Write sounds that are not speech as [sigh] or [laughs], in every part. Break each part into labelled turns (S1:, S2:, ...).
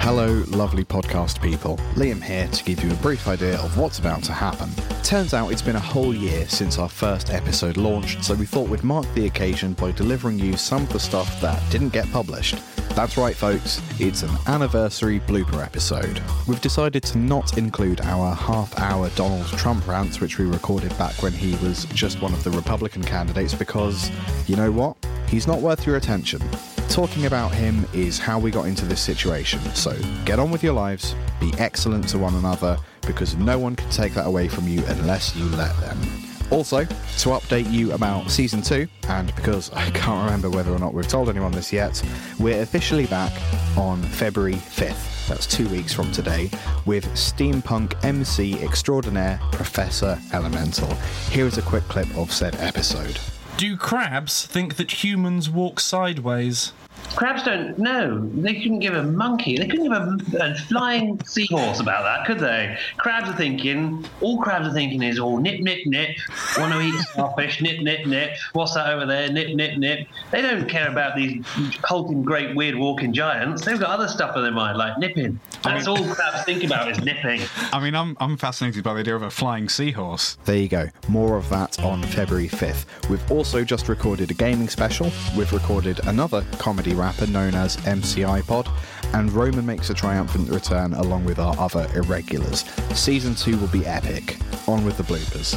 S1: Hello, lovely podcast people. Liam here to give you a brief idea of what's about to happen. Turns out it's been a whole year since our first episode launched, so we thought we'd mark the occasion by delivering you some of the stuff that didn't get published. That's right, folks, it's an anniversary blooper episode. We've decided to not include our half hour Donald Trump rants, which we recorded back when he was just one of the Republican candidates, because, you know what? He's not worth your attention. Talking about him is how we got into this situation. So get on with your lives, be excellent to one another, because no one can take that away from you unless you let them. Also, to update you about season two, and because I can't remember whether or not we've told anyone this yet, we're officially back on February 5th. That's two weeks from today, with steampunk MC extraordinaire Professor Elemental. Here is a quick clip of said episode.
S2: Do crabs think that humans walk sideways?
S3: Crabs don't know. They couldn't give a monkey. They couldn't give a, a flying seahorse about that, could they? Crabs are thinking. All crabs are thinking is all nip, nip, nip. Want to eat starfish? Nip, nip, nip. What's that over there? Nip, nip, nip. They don't care about these hulking, great, weird walking giants. They've got other stuff on their mind, like nipping. That's all crabs think about is nipping.
S4: I mean, I'm, I'm fascinated by the idea of a flying seahorse.
S1: There you go. More of that on February 5th. We've also just recorded a gaming special. We've recorded another comedy rapper known as MCI Pod. And Roman makes a triumphant return along with our other irregulars. Season 2 will be epic. On with the bloopers.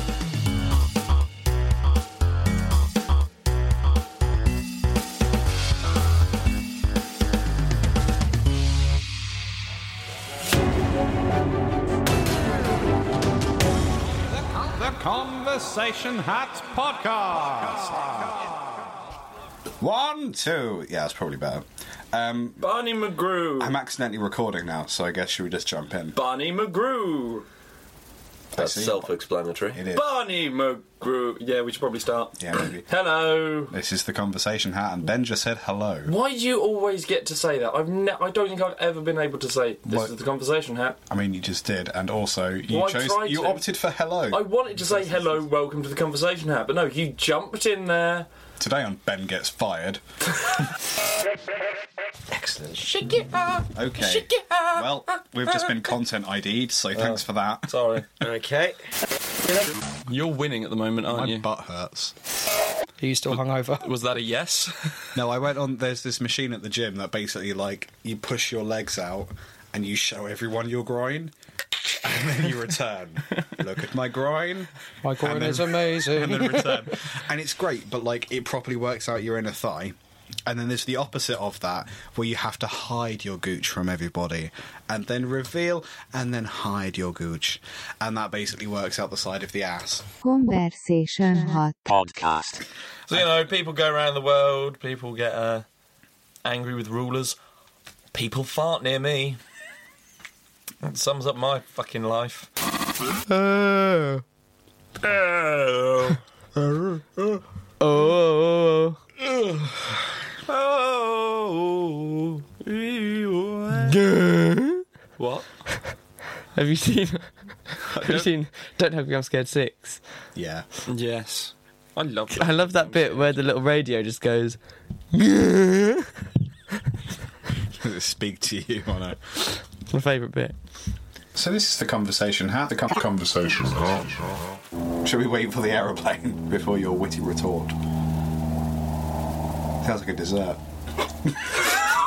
S5: The Conversation Hat Podcast.
S4: One, two. Yeah, that's probably better. Um,
S6: Barney McGrew.
S4: I'm accidentally recording now, so I guess should we just jump in?
S6: Barney McGrew. That's
S4: see.
S6: self-explanatory.
S4: It is.
S6: Barney McGrew. Yeah, we should probably start.
S4: Yeah, maybe.
S6: [clears throat] Hello.
S4: This is the conversation hat, and Ben just said hello.
S6: Why do you always get to say that? I've ne- I don't think I've ever been able to say this
S4: Why-
S6: is the conversation hat.
S4: I mean, you just did, and also you
S6: Well, I
S4: chose,
S6: tried
S4: you
S6: to.
S4: opted for hello
S6: I wanted to say hello, welcome to the conversation hat, but no, you jumped in there.
S4: today on Ben gets
S6: [laughs]
S4: fired.
S6: Excellent. Shake it up.
S4: Okay.
S6: Shake it up.
S4: Well, we've just been content ID'd, so thanks
S6: Uh,
S4: for that. [laughs]
S6: Sorry,
S7: Okay.
S2: You're winning at the moment, aren't
S4: My
S2: you?
S4: butt hurts.
S7: Are you still hungover?
S2: Was that a yes?
S4: No, I went on. There's this machine at the gym that basically like you push your legs out and you show everyone your groin, and then you [laughs] return. Look at my groin,
S7: My groin
S4: then-
S7: is
S4: and
S7: amazing.
S4: then return, and it's great. But like it properly works out your inner thigh. And then there's the opposite of that, where you have to hide your gooch from everybody, and then reveal, and then hide your gooch, and that basically works out the side of the ass.
S8: Conversation Hot.
S6: So you know, people go around the world. People get uh, angry with rulers. People fart near me. That sums up my
S2: [laughs]
S6: fucking
S9: [laughs]
S6: life. Oh. Oh. Oh. What?
S9: Have you seen? Have you seen? Don't have me. I'm scared six.
S4: Yeah,
S2: yes. I love that.
S9: I love that bit where the little radio just goes.
S4: does it [laughs] speak to you on a
S9: It's my favourite bit.
S4: So this is the conversation hat. The conversation Should we wait for the aeroplane before your witty retort? Sounds like a dessert.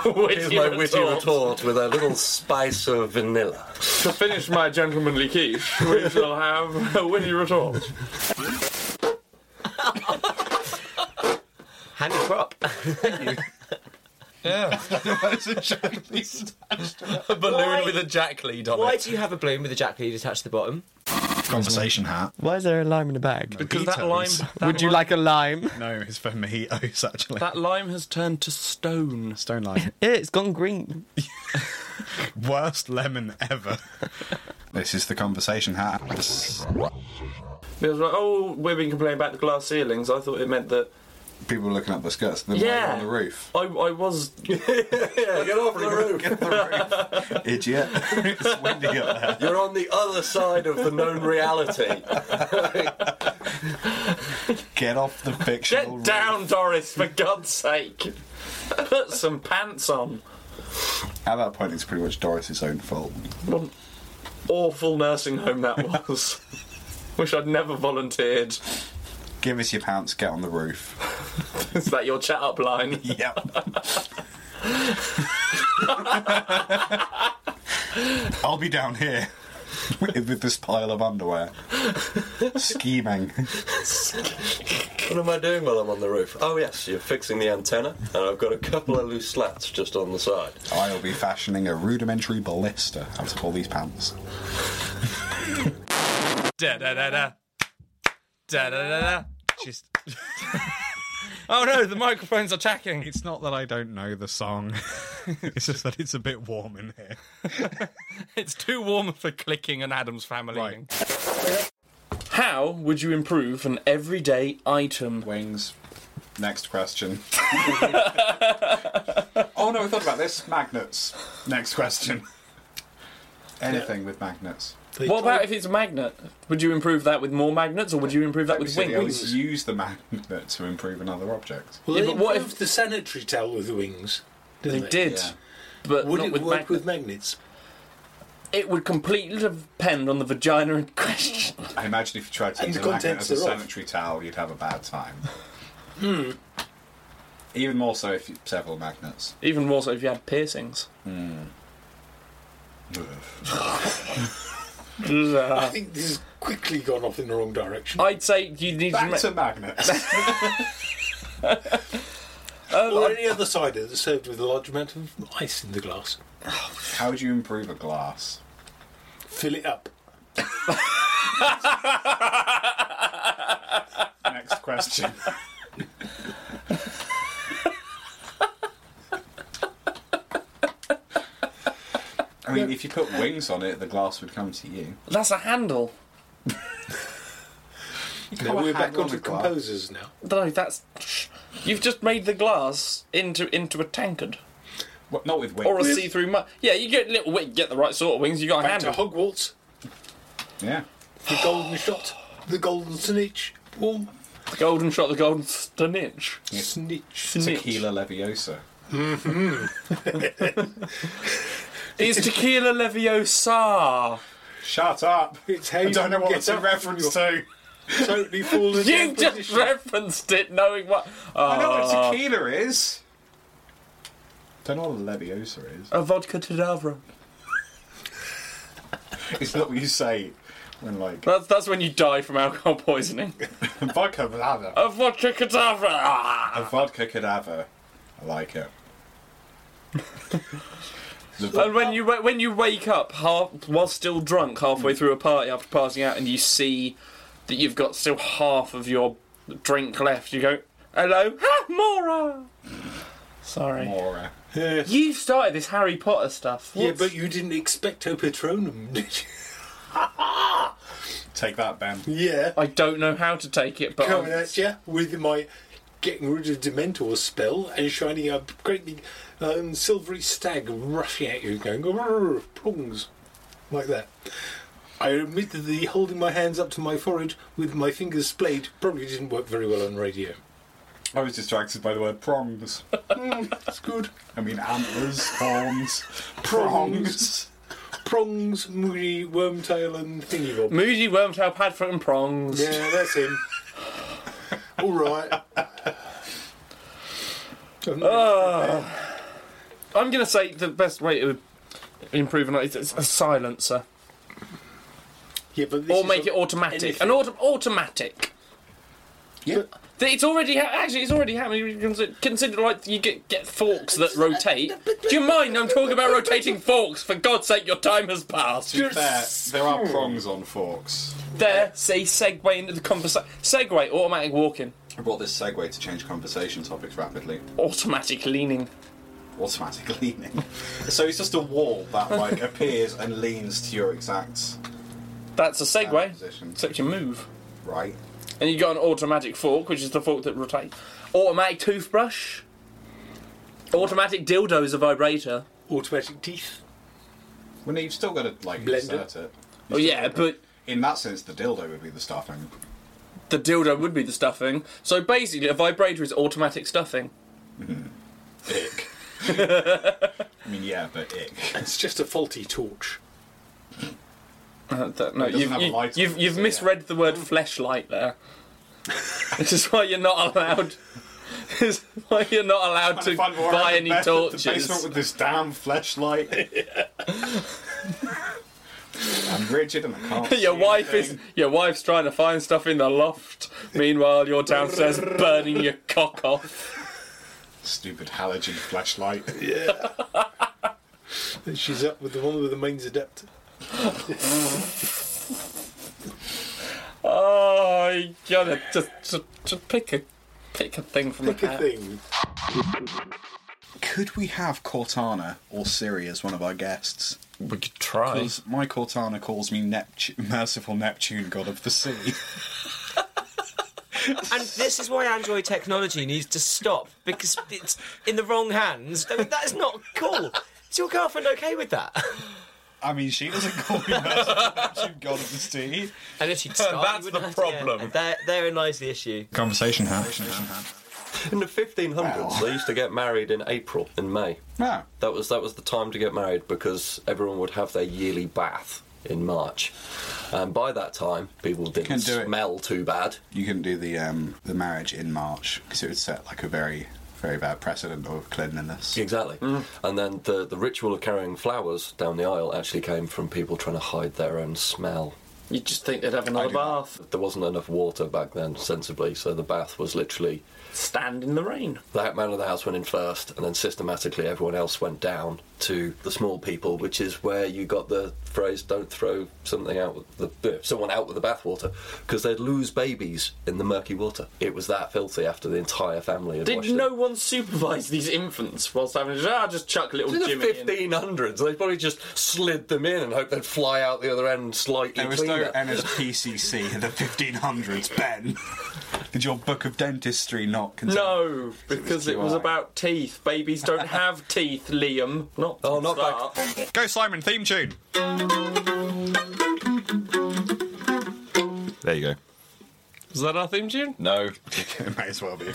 S6: Here's my witty
S10: retort with a little spice of vanilla.
S6: To finish my gentlemanly quiche,
S10: [laughs]
S6: we shall have a witty retort.
S10: Handy crop.
S6: Yeah. a balloon
S10: Why-
S6: with a jack lead on
S10: Why
S6: it.
S10: do you have a balloon with a jack lead attached to the bottom?
S4: Conversation hat.
S9: Why is there a lime in the bag?
S6: Because that lime,
S4: Mojitos.
S6: that
S9: Would you
S6: li-
S9: like a lime?
S4: No, it's for [laughs] mojitos actually.
S2: That lime has turned to stone.
S4: Stone line.
S9: [laughs] Yeah, it's gone green.
S4: [laughs] Worst lemon ever. this is the conversation hat.
S6: It was like, oh, we've been complaining about the glass ceilings. I thought it meant that.
S4: People were looking up the skirts. Then
S6: Yeah.
S4: on the roof.
S6: I, I
S10: [laughs]
S6: was.
S10: Get off the roof.
S4: Get the roof, idiot. [laughs] it's windy up there.
S10: You're on the other side of the known reality.
S4: Get off the fictional
S6: Get down, Doris, for God's sake. Put some pants on.
S4: At that point, it's pretty much Doris's own fault.
S10: What an awful nursing home that was. [laughs] Wish I'd never volunteered.
S4: Give us your pants, get on the roof.
S10: Is that your chat
S6: [laughs]
S10: up line?
S4: Yep. I'll be down here with, with this pile of underwear. Scheming.
S10: What am I doing while I'm on the roof? Oh, yes, you're fixing the antenna, and I've got a couple of loose slats just on the side.
S4: I'll be fashioning a rudimentary ballista out of all these pants.
S2: [laughs] Da da da da. Da da da da. Just. [laughs] oh no, the microphone's attacking.
S4: It's not that I don't know the song, [laughs] it's just that it's a bit warm in here.
S2: [laughs] It's too warm for clicking an Adams family.
S4: Right.
S2: How would you improve an everyday item?
S4: Wings. Next question. oh no, we thought about this. Magnets. Next question. Anything with magnets.
S6: What about if it's a magnet? Would you improve that with more magnets, or would you improve that
S4: We
S6: with
S4: said they
S6: wings?
S4: always use the magnet to improve another object.
S9: Well,
S6: Yeah,
S9: they
S6: but what
S9: improved the sanitary towel with wings?
S6: They
S9: Didn't they?
S6: did,
S4: Yeah.
S6: but
S9: Would
S6: not
S9: it
S6: with
S9: work
S6: magnets.
S9: with magnets?
S6: It would completely depend on the vagina in question. [laughs]
S4: I imagine if you tried to
S9: And
S4: use a
S9: the
S4: magnet
S9: contents
S4: as a
S9: are off. Hmm.
S4: sanitary towel, you'd have a bad time. Even more so if you several magnets.
S6: Even more so if you had piercings.
S9: I think this has quickly gone off in the wrong direction.
S6: I'd say you need to.
S4: Back
S6: ma-
S4: to magnets.
S9: [laughs] or any other cider that's served with a large amount of ice in the glass.
S4: How would you improve a glass?
S9: Fill it up.
S4: Next question. I mean, if you put wings on it, the glass would come to you.
S6: That's a handle.
S9: No,
S4: Oh, I
S9: we're
S4: had
S9: back
S4: one
S9: onto
S4: with glass.
S9: composers now.
S6: No, that's. You've just made the glass into into a tankard
S4: Well, not with wings.
S6: or a see-through mug. Yeah, you get little. wi- Get the right sort of wings. You got a
S9: Back to
S6: handle.
S9: Hogwarts.
S4: yeah.
S9: The golden shot. The golden snitch. Warm
S6: The golden shot. The golden
S4: [laughs]
S6: stitch.
S9: snitch.
S4: Tequila Leviosa.
S6: It's tequila leviosa.
S4: Shut up!
S9: It's how
S4: I
S9: you
S4: don't know what
S9: get
S4: it's a
S9: up.
S4: reference to.
S9: Totally fallen.
S6: [laughs] You just referenced it, knowing what.
S4: I know
S6: Ah.
S4: what tequila is. Don't know what a Leviosa is.
S6: A vodka tadavra.
S4: It's not what you say when like
S6: That's that's when you die from alcohol poisoning.
S4: [laughs] vodka cadaver.
S6: A vodka cadaver. Ah.
S4: A vodka cadaver. I like it. The vo-
S6: And when you wa- when you wake up half while still drunk halfway
S4: Hmm.
S6: through a party after passing out, and you see that you've got still half of your drink left, you go, "Hello, ha, Mora." Sorry,
S4: Mora.
S6: you started this Harry Potter stuff.
S9: Yeah,
S6: What's-
S9: but you didn't expect her patronum, did
S4: Take that, Ben.
S9: you? [laughs] Yeah.
S6: I don't know how to take it. But um,
S9: coming
S6: I'm-
S9: at you with my getting rid of Dementor spell and shining a great big um, silvery stag rushing at you, going "Grrr, prongs like that. I admit that the holding my hands up to my forehead with my fingers splayed probably didn't work very well on radio.
S4: I was distracted by the word prongs.
S9: That's good.
S4: I mean antlers, [laughs] horns, prongs.
S9: Prongs, moody, wormtail, and
S6: [laughs]
S9: thingy bob.
S6: Moody Wormtail Padfoot and Prongs.
S9: Yeah, that's him. All right. Um,
S6: I'm gonna say the best way to improve on it is a silencer,
S9: yeah, but this
S6: or
S9: is
S6: make
S9: a-
S6: it automatic.
S9: anything.
S6: An auto- automatic.
S4: Yeah.
S6: It's already ha- actually it's already happening. You Consider, consider like you get get forks that rotate. Do you mind? I'm talking about rotating forks. For God's sake, your time has passed.
S4: There, there are prongs on forks.
S6: There, say segue into the conversation. Segue, automatic walking,
S4: I brought this segue to change conversation topics rapidly.
S6: automatic leaning.
S4: Automatic leaning. [laughs] so it's just a wall that [laughs] like appears and leans to your exact
S6: That's a segue.
S4: position.
S6: Except you move,
S4: right.
S6: and you got an automatic fork, which is the fork that rotates. Automatic toothbrush. Automatic dildo is a vibrator.
S9: automatic teeth.
S4: Well, no, you've still got to like
S9: Blender.
S4: insert it.
S6: Oh yeah, but
S4: In that sense, the dildo would be the stuffing.
S6: the dildo would be the stuffing. So basically, a vibrator is automatic stuffing.
S4: Dick.
S11: I mean, yeah, but it.
S9: It's just a faulty torch.
S6: Uh, that, no,
S9: It doesn't
S6: you've,
S9: have a
S6: you,
S9: light on
S6: you've,
S9: it,
S6: you've
S9: so
S6: misread the word fleshlight [laughs] there. this is why you're not allowed. this is why you're not allowed to
S11: Find more
S6: buy
S11: around
S6: any
S11: the bed- the
S6: torches. [laughs]
S11: basement with this damn flashlight. I'm rigid and I can't.
S6: [laughs] your wife is your wife's trying to find stuff in the loft. Meanwhile, you're downstairs burning your cock off.
S11: Stupid halogen flashlight.
S9: Yeah. She's up with the one with the mains adapter.
S6: Oh, you gotta just, just, just pick a pick a thing from
S4: Pick
S6: the
S4: a
S6: hat.
S4: thing. Could we have Cortana or Siri as one of our guests?
S2: We could try.
S4: Because my Cortana calls me Neptu- [laughs] merciful Neptune, god of the sea.
S12: and this is why Android technology needs to stop because it's in the wrong hands. I mean, that is not cool. Is your girlfriend okay with that?
S4: I mean, she doesn't [laughs] call me merciful Neptune, god of the sea.
S12: And if she
S6: [laughs]
S4: And that's the problem.
S12: there, therein lies the issue.
S4: Conversation hat.
S10: In the 1500s, they used to get married in April and May.
S4: Yeah.
S10: That was that was the time to get married because everyone would have their yearly bath in March, and by that time, people didn't
S4: do it.
S10: smell too bad.
S4: You couldn't do the um, the marriage in March because it would set like a very very bad precedent of cleanliness.
S10: Exactly.
S4: Mm-hmm.
S10: And then the, the ritual of carrying flowers down the aisle actually came from people trying to hide their own smell.
S6: You just think they'd have another bath.
S10: There wasn't enough water back then, sensibly, so the bath was literally
S6: Stand in the rain.
S10: that man of the house went in first, and then systematically everyone else went down to the small people, which is where you got the phrase "Don't throw something out with the uh, someone out with the bathwater," because they'd lose babies in the murky water. It was that filthy after the entire family had washed
S6: Did
S10: it.
S6: no one supervise these infants whilst having? Ah, just chuck little
S10: In the
S6: Jimmy in.
S10: 1500s, they probably just slid them in and hoped they'd fly out the other end slightly
S4: There was no
S10: cleaner.
S4: NSPCC in the 1500s, Ben. Did your book of dentistry not contain?
S6: No, because it was
S4: QI.
S6: about teeth. Babies don't have teeth, Liam. Not
S10: oh,
S6: not
S10: back.
S4: Go Simon theme tune.
S2: There you go.
S13: Is that our theme tune?
S2: No.
S4: [laughs] it may as well be.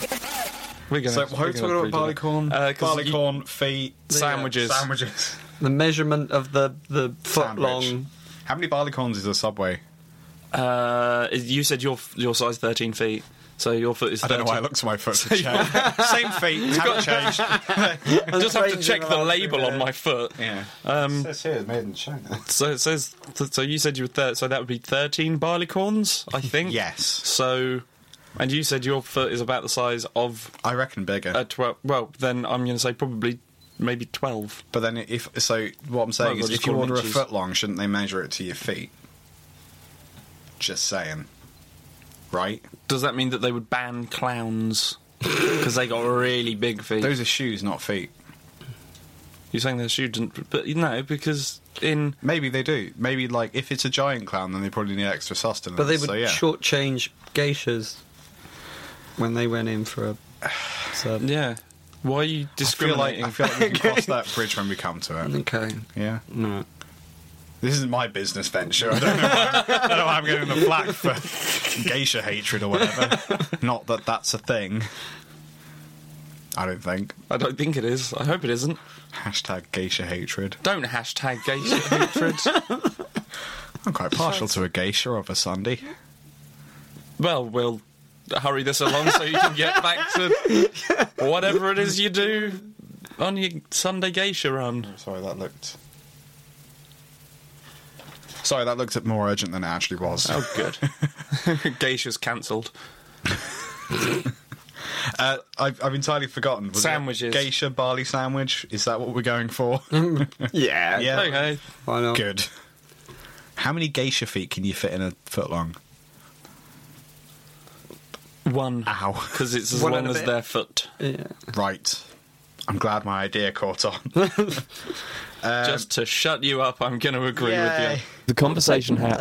S13: We're going
S2: So
S13: to,
S2: why are we talking about barley corn?
S13: Uh,
S2: Barley
S4: corn feet
S13: sandwiches.
S4: Sandwiches.
S13: The measurement of the the foot long.
S4: How many barleycorns is a subway?
S2: Uh, you said your your size thirteen feet, so your foot is.
S4: I don't know why I looked to my foot to check. Same feet, haven't changed.
S2: I just have to check the label on my foot.
S4: Yeah.
S2: Um,
S4: This here is made in China.
S2: so it says. So you said you were thir- so that would be thirteen barleycorns, I think.
S4: [laughs] yes.
S2: So, and you said your foot is about the size of.
S4: I reckon bigger.
S2: A twelve. Well, then I'm going to say probably maybe twelve.
S4: But then if so, what I'm saying
S2: Might as well
S4: is,
S2: just
S4: if you
S2: call them
S4: order
S2: inches.
S4: a foot long, shouldn't they measure it to your feet? Just saying. Right?
S2: Does that mean that they would ban
S4: [laughs]
S2: clowns because they got really big feet?
S4: Those are shoes, not feet.
S2: You're saying they're shoes, and- but no, because in
S4: maybe they do. Maybe like if it's a giant clown, then they probably need extra sustenance.
S13: But they would
S4: so, yeah.
S13: shortchange geishas when they went in for a sub.
S2: Yeah. Why are you
S4: Um, I feel like
S2: discriminating?
S4: I feel like we can cross that bridge when we come to it.
S13: Okay.
S4: Yeah.
S13: No.
S4: This isn't my business venture. I don't know. why- I don't
S2: [laughs]
S4: know why I'm getting the flack for geisha hatred or whatever. Not that that's a thing. I don't think.
S2: I don't think it is. I hope it isn't.
S4: Hashtag geisha hatred.
S2: Don't hashtag
S4: [laughs]
S2: geisha hatred.
S4: I'm quite partial to a geisha of a Sunday.
S2: Well, we'll hurry this along so you can get back to whatever it is you do on your Sunday geisha run.
S4: Sorry, that looked. Sorry, that looked more urgent than it actually was.
S2: Oh, good. Geisha's cancelled.
S4: Uh, I've, I've entirely forgotten. Was it
S2: Sandwiches.
S4: Geisha barley sandwich. Is that what we're going for?
S13: [laughs] yeah.
S4: yeah.
S2: Okay.
S13: Why not?
S4: Good. How many geisha feet can you fit in a foot long?
S2: One.
S4: [laughs] Ow.
S2: Because it's as
S13: One and
S2: long
S13: a
S2: as
S13: bit.
S2: their foot.
S13: Yeah.
S4: Right. I'm glad my idea caught on. Um,
S14: Just to shut you up, I'm going to agree with you.
S15: The conversation hat.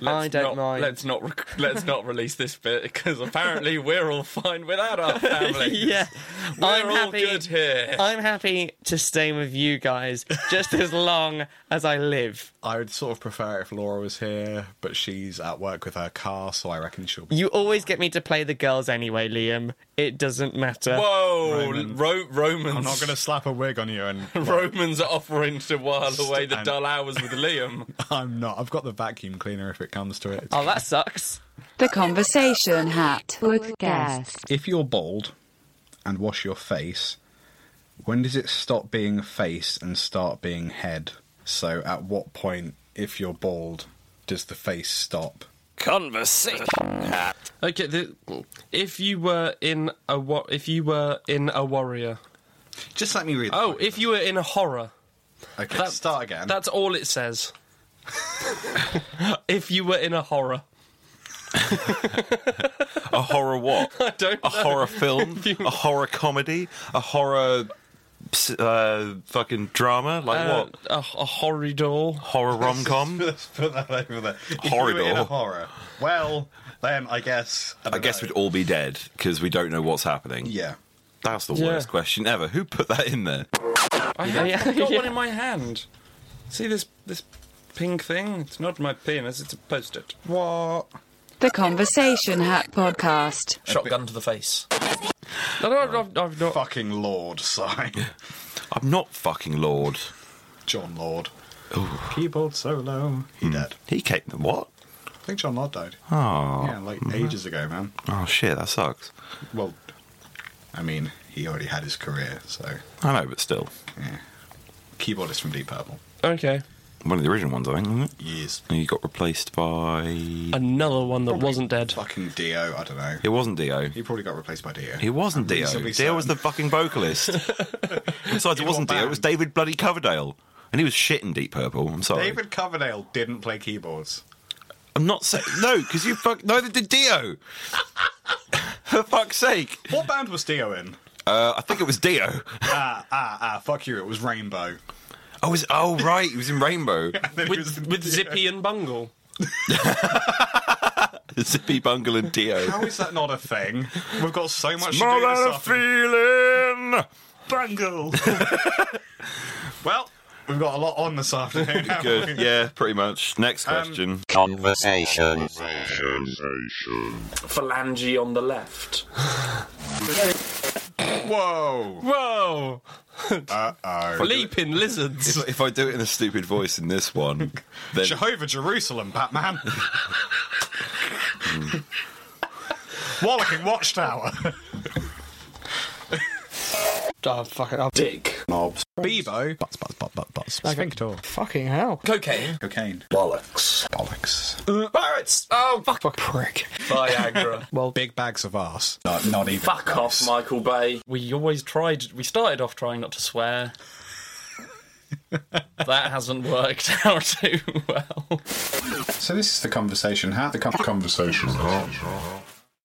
S14: Let's not, Let's not rec- let's not release this bit because apparently we're all fine without our family.
S15: yeah,
S14: we're
S15: I'm
S14: all
S15: happy.
S14: good here.
S15: I'm happy to stay with you guys just as long as I live.
S4: I would sort of prefer if Laura was here, but she's at work with her car, so I reckon she'll be.
S15: You always get me to play the girls anyway, Liam. It doesn't matter.
S14: Whoa, Ro- Romans!
S4: I'm not going to slap a wig on you, and [laughs]
S14: Romans are offering to while away the
S4: And-
S14: dull hours
S13: [laughs]
S14: with Liam.
S4: I'm not. I've got the vacuum cleaner if it comes to it.
S15: Oh, that sucks.
S8: The Conversation Hat Podcast.
S4: If you're bald and wash your face, when does it stop being face and start being head? So, at what point, if you're bald, does the face stop?
S14: Conversation.
S6: Okay, the, if you were in a wa- if you were in a warrior,
S4: just let me read.
S6: Oh, if you were in a horror.
S4: Okay, start again.
S6: That's all it says. [laughs] if you were in a horror,
S14: A horror
S6: [laughs]
S14: what?
S6: I don't.
S14: A
S4: Oh,
S6: know.
S14: horror film? a horror comedy? A horror ps- uh, fucking drama? Like
S6: Uh,
S14: what?
S6: A, a horridor.
S14: Horror rom com?
S4: [laughs] Let's put that over there. If you were
S2: Horridor.
S4: in a horror. Well, then I guess. I,
S2: I guess we'd all be dead because we don't know what's happening.
S4: Yeah.
S2: That's the
S6: Yeah.
S2: worst question ever. Who put that in there?
S6: I have I've got one in my hand. See this this pink thing? It's not my penis. It's a post-it.
S4: What?
S8: The Conversation Hat Podcast.
S14: Shotgun to the face.
S6: No, no, I've, I've not.
S4: Fucking Lord, [laughs] sorry.
S2: I'm not fucking Lord.
S4: John Lord. Keyboard solo.
S2: Hmm.
S4: He dead.
S2: He came. What?
S4: I think John Lord died.
S2: Oh.
S4: Yeah, like ages ago, man.
S2: Oh shit, that sucks.
S4: Well, I mean, he already had his career, so.
S2: I know, but still,
S4: Yeah. Keyboardist from Deep Purple.
S6: Okay.
S2: one of the original ones, I think. Wasn't it?
S4: Yes.
S2: And he got replaced by.
S6: Another one that wasn't dead.
S4: Fucking Dio, I don't know.
S2: It wasn't Dio.
S4: He probably got replaced by Dio.
S2: He wasn't
S4: I'm
S2: Dio.
S4: reasonably
S2: Dio was the fucking
S6: [laughs]
S2: vocalist. Besides, it wasn't Dio. It was
S4: band?
S2: David bloody
S4: [laughs]
S2: Coverdale, and he was shit in Deep Purple. I'm sorry.
S4: David Coverdale didn't play keyboards.
S2: I'm not saying no because you fuck. Neither did Dio. [laughs] For fuck's sake.
S4: What band was Dio in?
S2: Uh, I think it was Dio.
S4: ah, ah, ah, fuck you, it was Rainbow.
S2: Oh, was, oh right, he was in
S4: [laughs]
S2: Rainbow.
S6: With, with Zippy and Bungle.
S2: Zippy Bungle and Dio.
S4: How is that not a thing? We've got so much to
S2: more
S4: do this
S2: than a feeling.
S4: Bungle. well, we've got a lot on this afternoon. [laughs] haven't we?
S2: Good. Yeah, pretty much. Next
S4: Um,
S2: question. Conversation.
S16: Phalange on the left.
S4: Whoa.
S6: Whoa! [laughs]
S4: Uh oh.
S6: Leaping lizards.
S2: If, if I do it in a stupid voice in this
S4: [laughs]
S2: one, then
S4: Jehovah Jerusalem, Batman. Wallaching Watchtower.
S17: Oh, fuck it. I'll...
S10: Dick.
S4: Mobs. Bebo. Butts, butts, butts, butts, butts. Sphincter.
S17: Fucking hell.
S14: Cocaine.
S4: Cocaine.
S10: Bollocks.
S4: Bollocks.
S14: Pirates. Oh, fuck.
S17: Fuck prick.
S14: Viagra.
S4: Well, big bags of arse. Not, not even.
S16: Fuck off, Michael Bay.
S6: We always tried. We started off trying not to swear. that hasn't worked [laughs] out too well.
S1: So this is the conversation hat. The conversation hat.